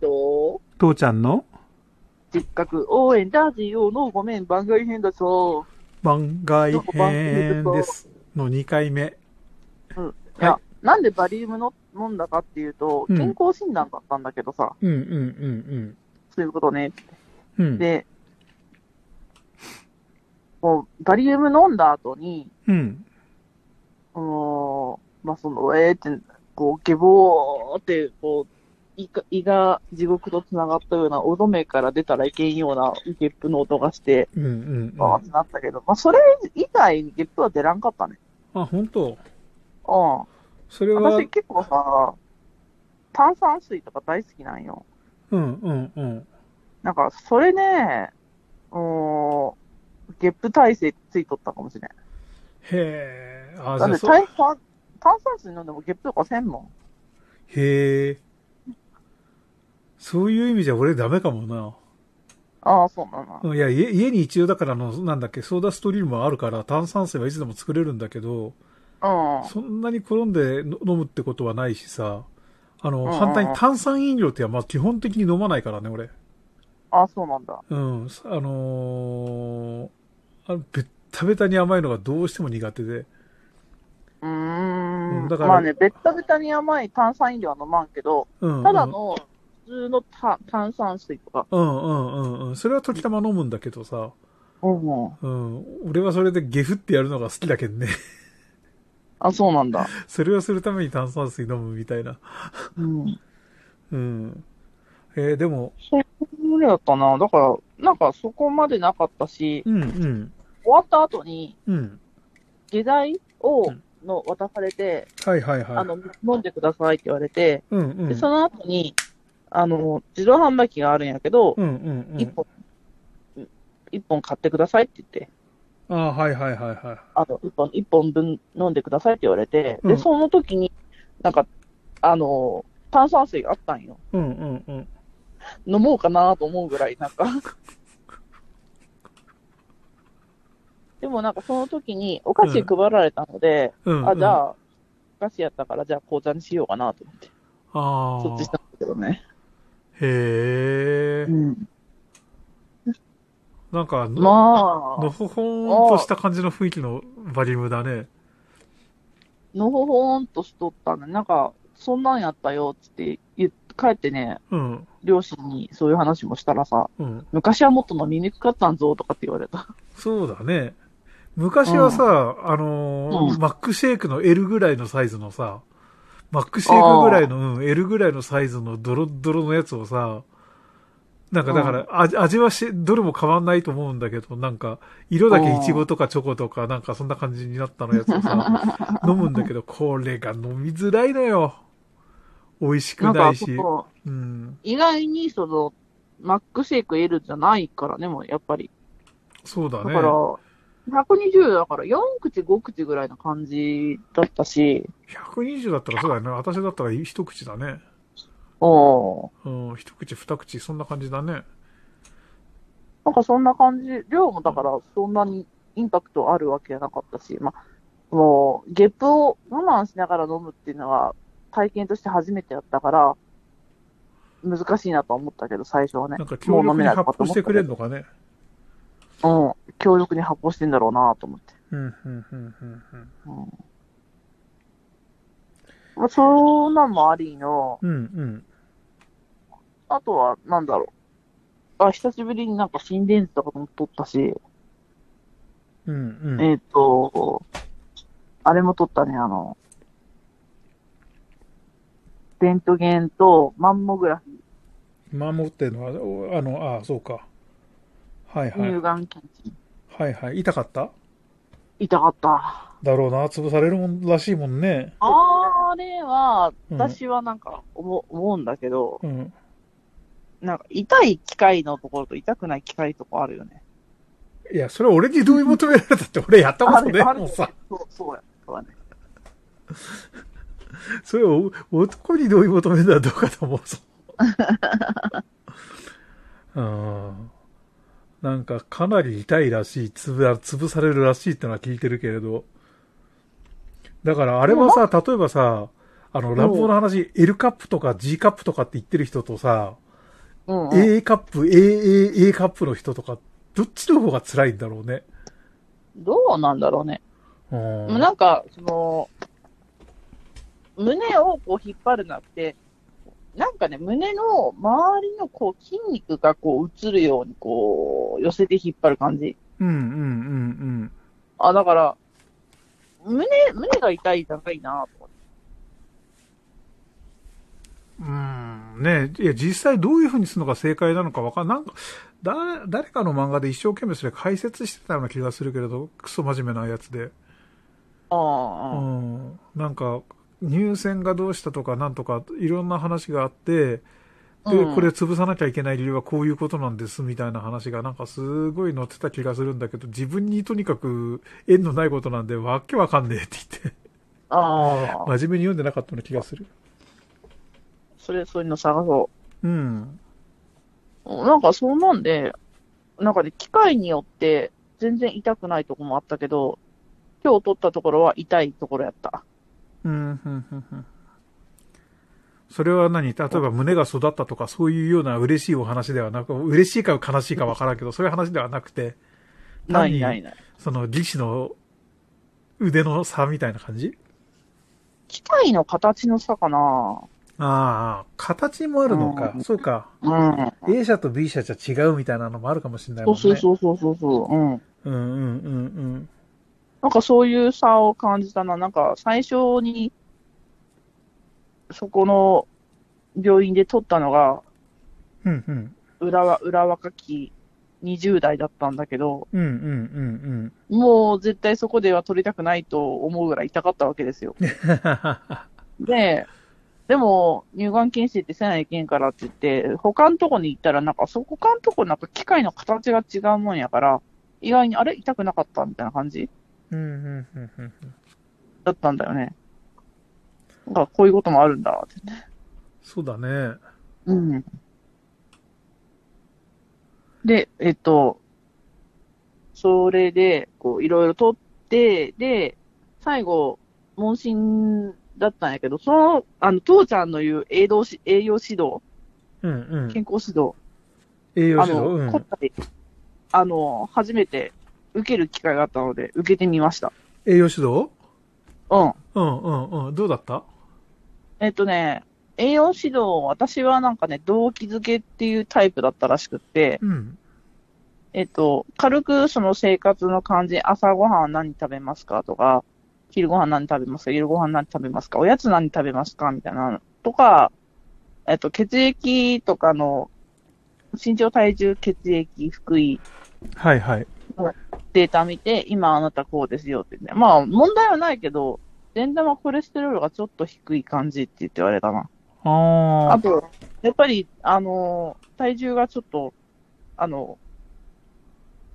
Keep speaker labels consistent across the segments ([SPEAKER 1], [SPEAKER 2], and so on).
[SPEAKER 1] と、
[SPEAKER 2] 父ちゃんの
[SPEAKER 1] せっかく応援ラジオのごめん、番外編だぞ。
[SPEAKER 2] 番外編です。の2回目。
[SPEAKER 1] うん。い
[SPEAKER 2] は
[SPEAKER 1] や、なんでバリウムの飲んだかっていうと、
[SPEAKER 2] うん
[SPEAKER 1] 健康診断だったんだけどさ、
[SPEAKER 2] い。うんうん
[SPEAKER 1] そういうことね。
[SPEAKER 2] うんうん。うん。
[SPEAKER 1] で、こう、バリウム飲んだ後に、
[SPEAKER 2] うん。
[SPEAKER 1] うーん、まあ、その、えーって、こう、ゲボーって、こう、胃が胃が地獄と繋がったような、おどめから出たらいけんようなゲップの音がして、
[SPEAKER 2] うんうんうん。
[SPEAKER 1] わーってなったけど、まあ、それ以外にゲップは出らんかったね。
[SPEAKER 2] あ、本当
[SPEAKER 1] うん。
[SPEAKER 2] それは、
[SPEAKER 1] 私結構さ、炭酸水とか大好きなんよ。
[SPEAKER 2] うんうんうん。
[SPEAKER 1] なんか、それね、うーん、ゲップ体制ついとったかもしれん。
[SPEAKER 2] へえ。あ、じ
[SPEAKER 1] な
[SPEAKER 2] ゃ
[SPEAKER 1] ん
[SPEAKER 2] あ
[SPEAKER 1] で
[SPEAKER 2] そう。へ
[SPEAKER 1] 炭酸、炭酸水飲んでもゲップとかせんもん。
[SPEAKER 2] え。そういう意味じゃ俺ダメかもな。
[SPEAKER 1] ああ、そうなの。
[SPEAKER 2] うんいや、家家に一応だからあの、なんだっけ、ソーダストリームはあるから炭酸水はいつでも作れるんだけど、
[SPEAKER 1] うん。
[SPEAKER 2] そんなに転んでの飲むってことはないしさ、あの、
[SPEAKER 1] うんうん
[SPEAKER 2] 反対に炭酸飲料ってまあ基本的に飲まないからね、俺。
[SPEAKER 1] ああ、そうなんだ。
[SPEAKER 2] うん、さあのーあの、べったべたに甘いのがどうしても苦手で。
[SPEAKER 1] う
[SPEAKER 2] う
[SPEAKER 1] ー
[SPEAKER 2] ん
[SPEAKER 1] ん。
[SPEAKER 2] だから
[SPEAKER 1] まあね、べったべたに甘い炭酸飲料は飲まんけど、
[SPEAKER 2] うん、
[SPEAKER 1] ただの普通のた炭酸水とか。
[SPEAKER 2] うんうんうんうん。それは時たま飲むんだけどさ、
[SPEAKER 1] うんうん。
[SPEAKER 2] うん、俺はそれでゲフってやるのが好きだけどね。
[SPEAKER 1] あ、そうなんだ。
[SPEAKER 2] それをするために炭酸水飲むみたいな。
[SPEAKER 1] うん。
[SPEAKER 2] うん。えーでも、
[SPEAKER 1] そういうのだったな。だから、なんかそこまでなかったし、
[SPEAKER 2] うんうん、
[SPEAKER 1] 終わった後に、
[SPEAKER 2] うん。
[SPEAKER 1] 下剤を、
[SPEAKER 2] うん
[SPEAKER 1] の渡されて、
[SPEAKER 2] はいはいはい。
[SPEAKER 1] あの、飲んでくださいって言われて、
[SPEAKER 2] うんうん。
[SPEAKER 1] でその後に、あの、自動販売機があるんやけど、
[SPEAKER 2] うんうんう
[SPEAKER 1] 一、
[SPEAKER 2] ん。
[SPEAKER 1] 本、一本買ってくださいって言って、
[SPEAKER 2] ああ、はいはいはいはい。
[SPEAKER 1] あの、一本、一本分飲んでくださいって言われて、
[SPEAKER 2] うん
[SPEAKER 1] で、その時に、なんか、あの、炭酸水があったんよ。
[SPEAKER 2] うんうんうん。
[SPEAKER 1] 飲もうかなと思うぐらい、なんか。でもなんかその時にお菓子配られたので、
[SPEAKER 2] うん、
[SPEAKER 1] あ、じ
[SPEAKER 2] あ。
[SPEAKER 1] ゃあ、お菓子やったから、じゃあ紅茶にしようかなと思って。
[SPEAKER 2] あ
[SPEAKER 1] そっちした
[SPEAKER 2] あ。
[SPEAKER 1] んだけどね。
[SPEAKER 2] へえ。
[SPEAKER 1] ん。
[SPEAKER 2] なんか、
[SPEAKER 1] ま
[SPEAKER 2] の、の
[SPEAKER 1] あ、
[SPEAKER 2] ほほんとした感じの雰囲気のバリウムだね。
[SPEAKER 1] のほほんとしとったね。なんか、そんなんやったよっつって言っ帰ってね、
[SPEAKER 2] うん。
[SPEAKER 1] 両親にそういう話もしたらさ、
[SPEAKER 2] うん。
[SPEAKER 1] 昔はもっと飲みにくかったんぞとかって言われた。
[SPEAKER 2] そうだね。昔はさ、あのー
[SPEAKER 1] うん
[SPEAKER 2] マックシェイクの L ぐらいのサイズのさ、マックシェイクぐらいの、うん、L ぐらいのサイズのドロッドロのやつをさ、なんかだから、味味はし、どれも変わんないと思うんだけど、なんか、色だけイチゴとかチョコとか、なんかそんな感じになったのやつ をさ、飲むんだけど、これが飲みづらいのよ。美味しく
[SPEAKER 1] なん
[SPEAKER 2] な
[SPEAKER 1] か
[SPEAKER 2] いし。、
[SPEAKER 1] そう
[SPEAKER 2] うん。
[SPEAKER 1] 意外にその、マックシェイク L じゃないからね、もうやっぱり。
[SPEAKER 2] そうだ
[SPEAKER 1] だ
[SPEAKER 2] ね。
[SPEAKER 1] から、120だから4口5口ぐらいな感じだったし、
[SPEAKER 2] 120だったらそうだよね。私だったら一口だね。
[SPEAKER 1] おー
[SPEAKER 2] うん、一口二口、そんな感じだね。
[SPEAKER 1] なんかそんな感じ、量もだからそんなにインパクトあるわけじゃなかったし、まあ、もう、ゲップを我慢しながら飲むっていうのは体験として初めてやったから、難しいなとは思ったけど、最初はね
[SPEAKER 2] なんか。強
[SPEAKER 1] もう飲
[SPEAKER 2] 力
[SPEAKER 1] め
[SPEAKER 2] に
[SPEAKER 1] ない
[SPEAKER 2] 発
[SPEAKER 1] とかと
[SPEAKER 2] 泡
[SPEAKER 1] 思
[SPEAKER 2] し
[SPEAKER 1] った
[SPEAKER 2] て
[SPEAKER 1] け
[SPEAKER 2] く
[SPEAKER 1] ど
[SPEAKER 2] れるのかね。
[SPEAKER 1] うん。強力に発泡してんだろうなと思って。
[SPEAKER 2] うん、うん、うん、うんうん。
[SPEAKER 1] うん。まあ、そんなんもありの、
[SPEAKER 2] うん、うん。
[SPEAKER 1] あとは、なんだろう。あ、久しぶりになんか心電図とかも取ったし、
[SPEAKER 2] うん、うん。
[SPEAKER 1] えっ、と、あれも撮ったね、あの、レントゲンとマンモグラフ
[SPEAKER 2] 守ってるのは、おあの、ああ、そうか。はい、
[SPEAKER 1] ィ、
[SPEAKER 2] はい
[SPEAKER 1] 乳。がん検知、
[SPEAKER 2] はい、はい。痛かった
[SPEAKER 1] 痛かった。
[SPEAKER 2] だろうな。潰されるもんらしいもんね。
[SPEAKER 1] あれは、
[SPEAKER 2] うん
[SPEAKER 1] 私はなんか思,、思うんだけど、
[SPEAKER 2] うん。
[SPEAKER 1] なんか痛い機械のところと痛くない機械のところあるよね。
[SPEAKER 2] いや、それは俺に同意求められたって、俺やったこ
[SPEAKER 1] あ
[SPEAKER 2] と
[SPEAKER 1] る
[SPEAKER 2] ねえ
[SPEAKER 1] ある
[SPEAKER 2] もんさ。
[SPEAKER 1] そう、そうや。そうやね。
[SPEAKER 2] それを男に同意求めるのはどうかと思うぞ。 うん。なんかかなり痛いらしい、つぶ、潰されるらしいってのは聞いてるけれど。だからあれはさ、例えばさ、ああの、乱暴の話、L カップとか G カップとかって言ってる人とさ、
[SPEAKER 1] うん、うん。
[SPEAKER 2] A カップ、AAA カップの人とか、どっちの方が辛いんだろうね。
[SPEAKER 1] どうなんだろうね。
[SPEAKER 2] うん。
[SPEAKER 1] なんか、その、胸をこう引っ張るなって、なんかね、胸の周りのこう筋肉がこう映るようにこう寄せて引っ張る感じ。
[SPEAKER 2] うんうんうん
[SPEAKER 1] あ、だから、胸、胸が痛い痛いなとか。
[SPEAKER 2] うん。うん。ねいや、実際どういう風にするのが正解なのかわかんなんか、だ、誰かの漫画で一生懸命それ解説してたような気がするけれど、クソ真面目なやつで。う
[SPEAKER 1] ああ、
[SPEAKER 2] ん。なんか、入選がどうしたとかなんとか、いろんな話があって、で、
[SPEAKER 1] うん
[SPEAKER 2] これ潰さなきゃいけない理由はこういうことなんですみたいな話がなんかすごい載ってた気がするんだけど、自分にとにかく縁のないことなんでわけわかんねえって言って、
[SPEAKER 1] ああ、
[SPEAKER 2] 真面目に読んでなかったような気がする。
[SPEAKER 1] それ、そういうの探そ
[SPEAKER 2] うん。
[SPEAKER 1] う。なんかそうなんで、なんかね、機械によって全然痛くないとこもあったけど、今日取ったところは痛いところやった。
[SPEAKER 2] うん、ふんふんふん。それは何例えば胸が育ったとかそういうような嬉しいお話ではなく、嬉しいか悲しいかわからんけど、そういう話ではなくて、
[SPEAKER 1] な
[SPEAKER 2] 単
[SPEAKER 1] い
[SPEAKER 2] に
[SPEAKER 1] ないない。
[SPEAKER 2] その力士の腕の差みたいな感じ
[SPEAKER 1] 機械の形の差かな
[SPEAKER 2] ああ、形もあるのか。
[SPEAKER 1] うん
[SPEAKER 2] そうか。
[SPEAKER 1] うん。
[SPEAKER 2] A 社と B 社じゃ違うみたいなのもあるかもしれない
[SPEAKER 1] そ
[SPEAKER 2] もん
[SPEAKER 1] う
[SPEAKER 2] ね。
[SPEAKER 1] そうそうそうそうそう。うん。
[SPEAKER 2] うんうんうん
[SPEAKER 1] なんかそういう差を感じたな。なんか最初に、そこの病院で取ったのが、
[SPEAKER 2] うん。うんうん。
[SPEAKER 1] 裏は、裏若き20代だったんだけど、
[SPEAKER 2] うんうんうん
[SPEAKER 1] もう絶対そこでは取りたくないと思うぐらい痛かったわけですよ。
[SPEAKER 2] う
[SPEAKER 1] で、でも、乳がん検診ってせないけんからって言って、他のとこに行ったら、なんか、そこ他のとこなんか機械の形が違うもんやから、意外に、あれ痛くなかったみたいな感じ
[SPEAKER 2] ん。うんうんうんうん。
[SPEAKER 1] だったんだよね。なんか、こういうこともあるんだって。
[SPEAKER 2] そうだね。
[SPEAKER 1] うん。で、えっと、それで、こう、いろいろ取って、で、最後、問診だったんやけど、その、あの、父ちゃんの言う栄養し栄養指導、
[SPEAKER 2] うんうん。
[SPEAKER 1] 健康指導、
[SPEAKER 2] 栄養
[SPEAKER 1] あ
[SPEAKER 2] 指導。う
[SPEAKER 1] の、
[SPEAKER 2] ん
[SPEAKER 1] 今回、あの、初めて受ける機会があったので、受けてみました。
[SPEAKER 2] 栄養指導
[SPEAKER 1] うん。
[SPEAKER 2] うんうんうん。どうだった
[SPEAKER 1] えっとね、栄養指導、私はなんかね、動機づけっていうタイプだったらしくって、
[SPEAKER 2] うん。
[SPEAKER 1] えっと、軽くその生活の感じ、朝ごはん何食べますかとか、昼ごはん何食べますか夜ごはん何食べますかおやつ何食べますかみたいなのとか、えっと、血液とかの、身長、体重、血液、腹囲、
[SPEAKER 2] はいはい。
[SPEAKER 1] データ見て、今あなたこうですよってね。まあ、問題はないけど、善玉コレステロールがちょっと低い感じって言って言われたな。
[SPEAKER 2] あ
[SPEAKER 1] あ
[SPEAKER 2] あ。
[SPEAKER 1] と、やっぱり、あのー、体重がちょっと、あの、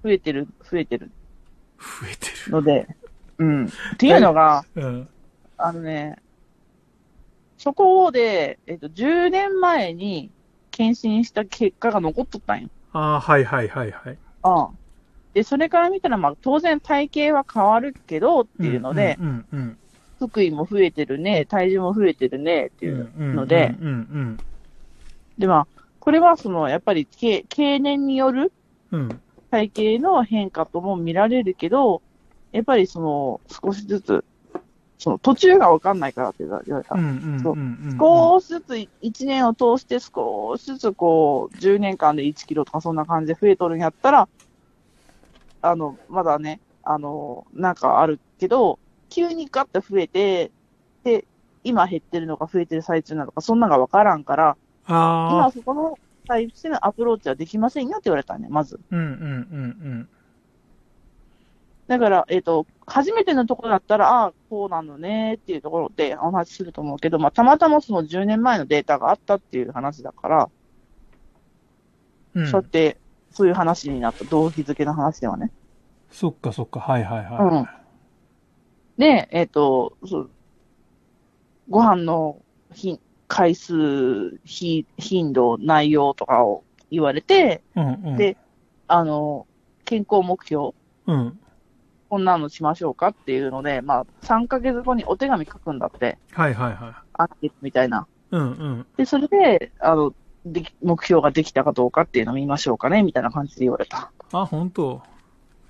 [SPEAKER 1] 増えてる、増えてる
[SPEAKER 2] 増えて
[SPEAKER 1] ので、うん。っていうのが、
[SPEAKER 2] る。うん。
[SPEAKER 1] あのね、そこで、えっと、10年前に検診した結果が残っとったんよ。
[SPEAKER 2] ああ、はいはいはいはい。
[SPEAKER 1] ああで、それから見たら、まあ、当然体型は変わるけどっていうので、
[SPEAKER 2] うんうん
[SPEAKER 1] 腹囲も増えてるね、体重も増えてるねって
[SPEAKER 2] う
[SPEAKER 1] い
[SPEAKER 2] ん。
[SPEAKER 1] う
[SPEAKER 2] うんうん
[SPEAKER 1] ので、
[SPEAKER 2] うんうん
[SPEAKER 1] で、まあ、これはその、やっぱり経、経年による
[SPEAKER 2] うん。うん。
[SPEAKER 1] 体型の変化とも見られるけど、やっぱりその、少しずつ、その、途中がわかんないからって言われた
[SPEAKER 2] うん。うんうんうんうん。
[SPEAKER 1] 少しずつ1年を通して少しずつこう、10年間で1キロとかそんな感じで増えとるんやったら、あの、まだね、あの、なんかあるけど、急にガッと増えて、で、今減ってるのか増えてる最中なのか、そんなのがわからんから、
[SPEAKER 2] あ
[SPEAKER 1] 今
[SPEAKER 2] あ。
[SPEAKER 1] そこの対してのアプローチはできませんよって言われたね、まず。
[SPEAKER 2] うんうんうん
[SPEAKER 1] だから、えっ、と、初めてのところだったら、ああ、こうなのねっていうところでお話しすると思うけど、まあ、たまたまその10年前のデータがあったっていう話だから、
[SPEAKER 2] うん。うん
[SPEAKER 1] そうやって、そういう話になった、動機づけの話ではね。
[SPEAKER 2] そっかそっか、はいはいはい。
[SPEAKER 1] うんで、えっ、と、そうご飯の頻回数、頻頻度、内容とかを言われて、
[SPEAKER 2] うんうん、
[SPEAKER 1] であの、健康目標、
[SPEAKER 2] うん。
[SPEAKER 1] こんなのしましょうかっていうので、まあ、3ヶ月後にお手紙書くんだって。
[SPEAKER 2] はいはいは
[SPEAKER 1] アンケートみたいな。
[SPEAKER 2] うんうん。
[SPEAKER 1] で、それで、あの、でき目標ができたかどうかっていうのを見ましょうかね、みたいな感じで言われた。
[SPEAKER 2] あ、本当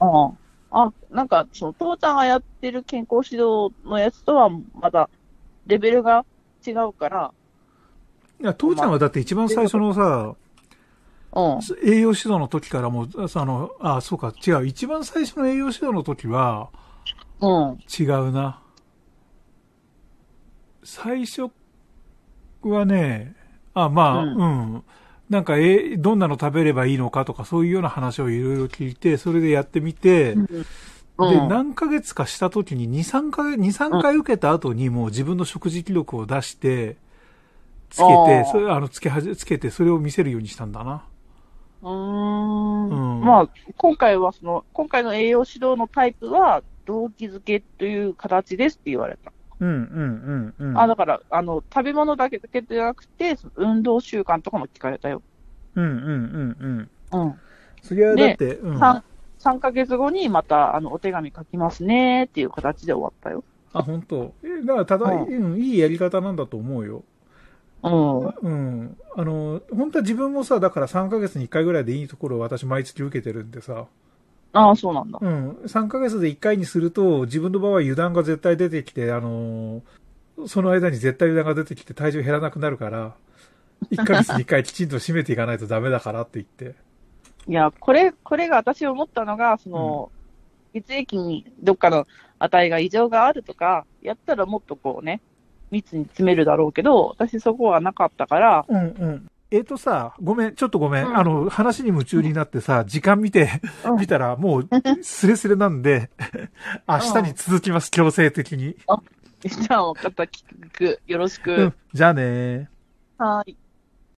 [SPEAKER 1] うん。あ、なんか、その、父ちゃんがやってる健康指導のやつとは、まだ、レベルが違うから、
[SPEAKER 2] いや、父ちゃんはだって一番最初のさ、
[SPEAKER 1] うん。
[SPEAKER 2] 栄養指導の時からもう、あの、あ、そうか、違う。一番最初の栄養指導の時は、
[SPEAKER 1] うん。
[SPEAKER 2] 違うな。最初はね、あ、まあ、う。
[SPEAKER 1] うん
[SPEAKER 2] なんか、え、どんなの食べればいいのかとか、そういうような話をいろいろ聞いて、それでやってみて、
[SPEAKER 1] うん。
[SPEAKER 2] で、何ヶ月かした時に2、3回、二三回受けた後にもう自分の食事記録を出して、つけ
[SPEAKER 1] あ
[SPEAKER 2] て
[SPEAKER 1] ー、
[SPEAKER 2] それあの、つけはじ、つけて、それを見せるようにしたんだな。
[SPEAKER 1] うー
[SPEAKER 2] うん
[SPEAKER 1] んまあ、今回はその、今回の栄養指導のタイプは、動機づけという形ですって言われた。
[SPEAKER 2] うん、うん、うん、うん。
[SPEAKER 1] あ、だから、あの、食べ物だけだけじゃなくて、その運動習慣とかも聞かれたよ。
[SPEAKER 2] うん、うん、うん、うん。
[SPEAKER 1] うん。
[SPEAKER 2] そりゃ、だ
[SPEAKER 1] ね
[SPEAKER 2] って、うん。
[SPEAKER 1] 3、三ヶ月後にまた、あの、お手紙書きますねっていう形で終わったよ。
[SPEAKER 2] あ、本当。え、だから、ただ、
[SPEAKER 1] う
[SPEAKER 2] うん、いいやり方なんだと思うよ。
[SPEAKER 1] うん。
[SPEAKER 2] うん。あの、本当は自分もさ、だから3ヶ月に1回ぐらいでいいところを私毎月受けてるんでさ、
[SPEAKER 1] ああ、そうなんだ。
[SPEAKER 2] うん。3ヶ月で1回にすると、自分の場合油断が絶対出てきて、あのーその間に絶対油断が出てきて体重減らなくなるから、1ヶ月に1回きちんと締めていかないとダメだからって言って。
[SPEAKER 1] いや、これ、これが私思ったのが、その、血液にどっかの値が異常があるとか、やったらもっとこうね、密に詰めるだろうけど、私そこはなかったから、
[SPEAKER 2] うんうん。えっ、とさ、ごめん、ちょっとごめん。
[SPEAKER 1] うん
[SPEAKER 2] あの、話に夢中になってさ、時間見て、
[SPEAKER 1] うん
[SPEAKER 2] 見たらもう、スレスレなんで、明日に続きます、強制的に。
[SPEAKER 1] じゃあ、分かった、聞く、よろし
[SPEAKER 2] うん
[SPEAKER 1] く。、
[SPEAKER 2] じゃあねー。
[SPEAKER 1] はーい。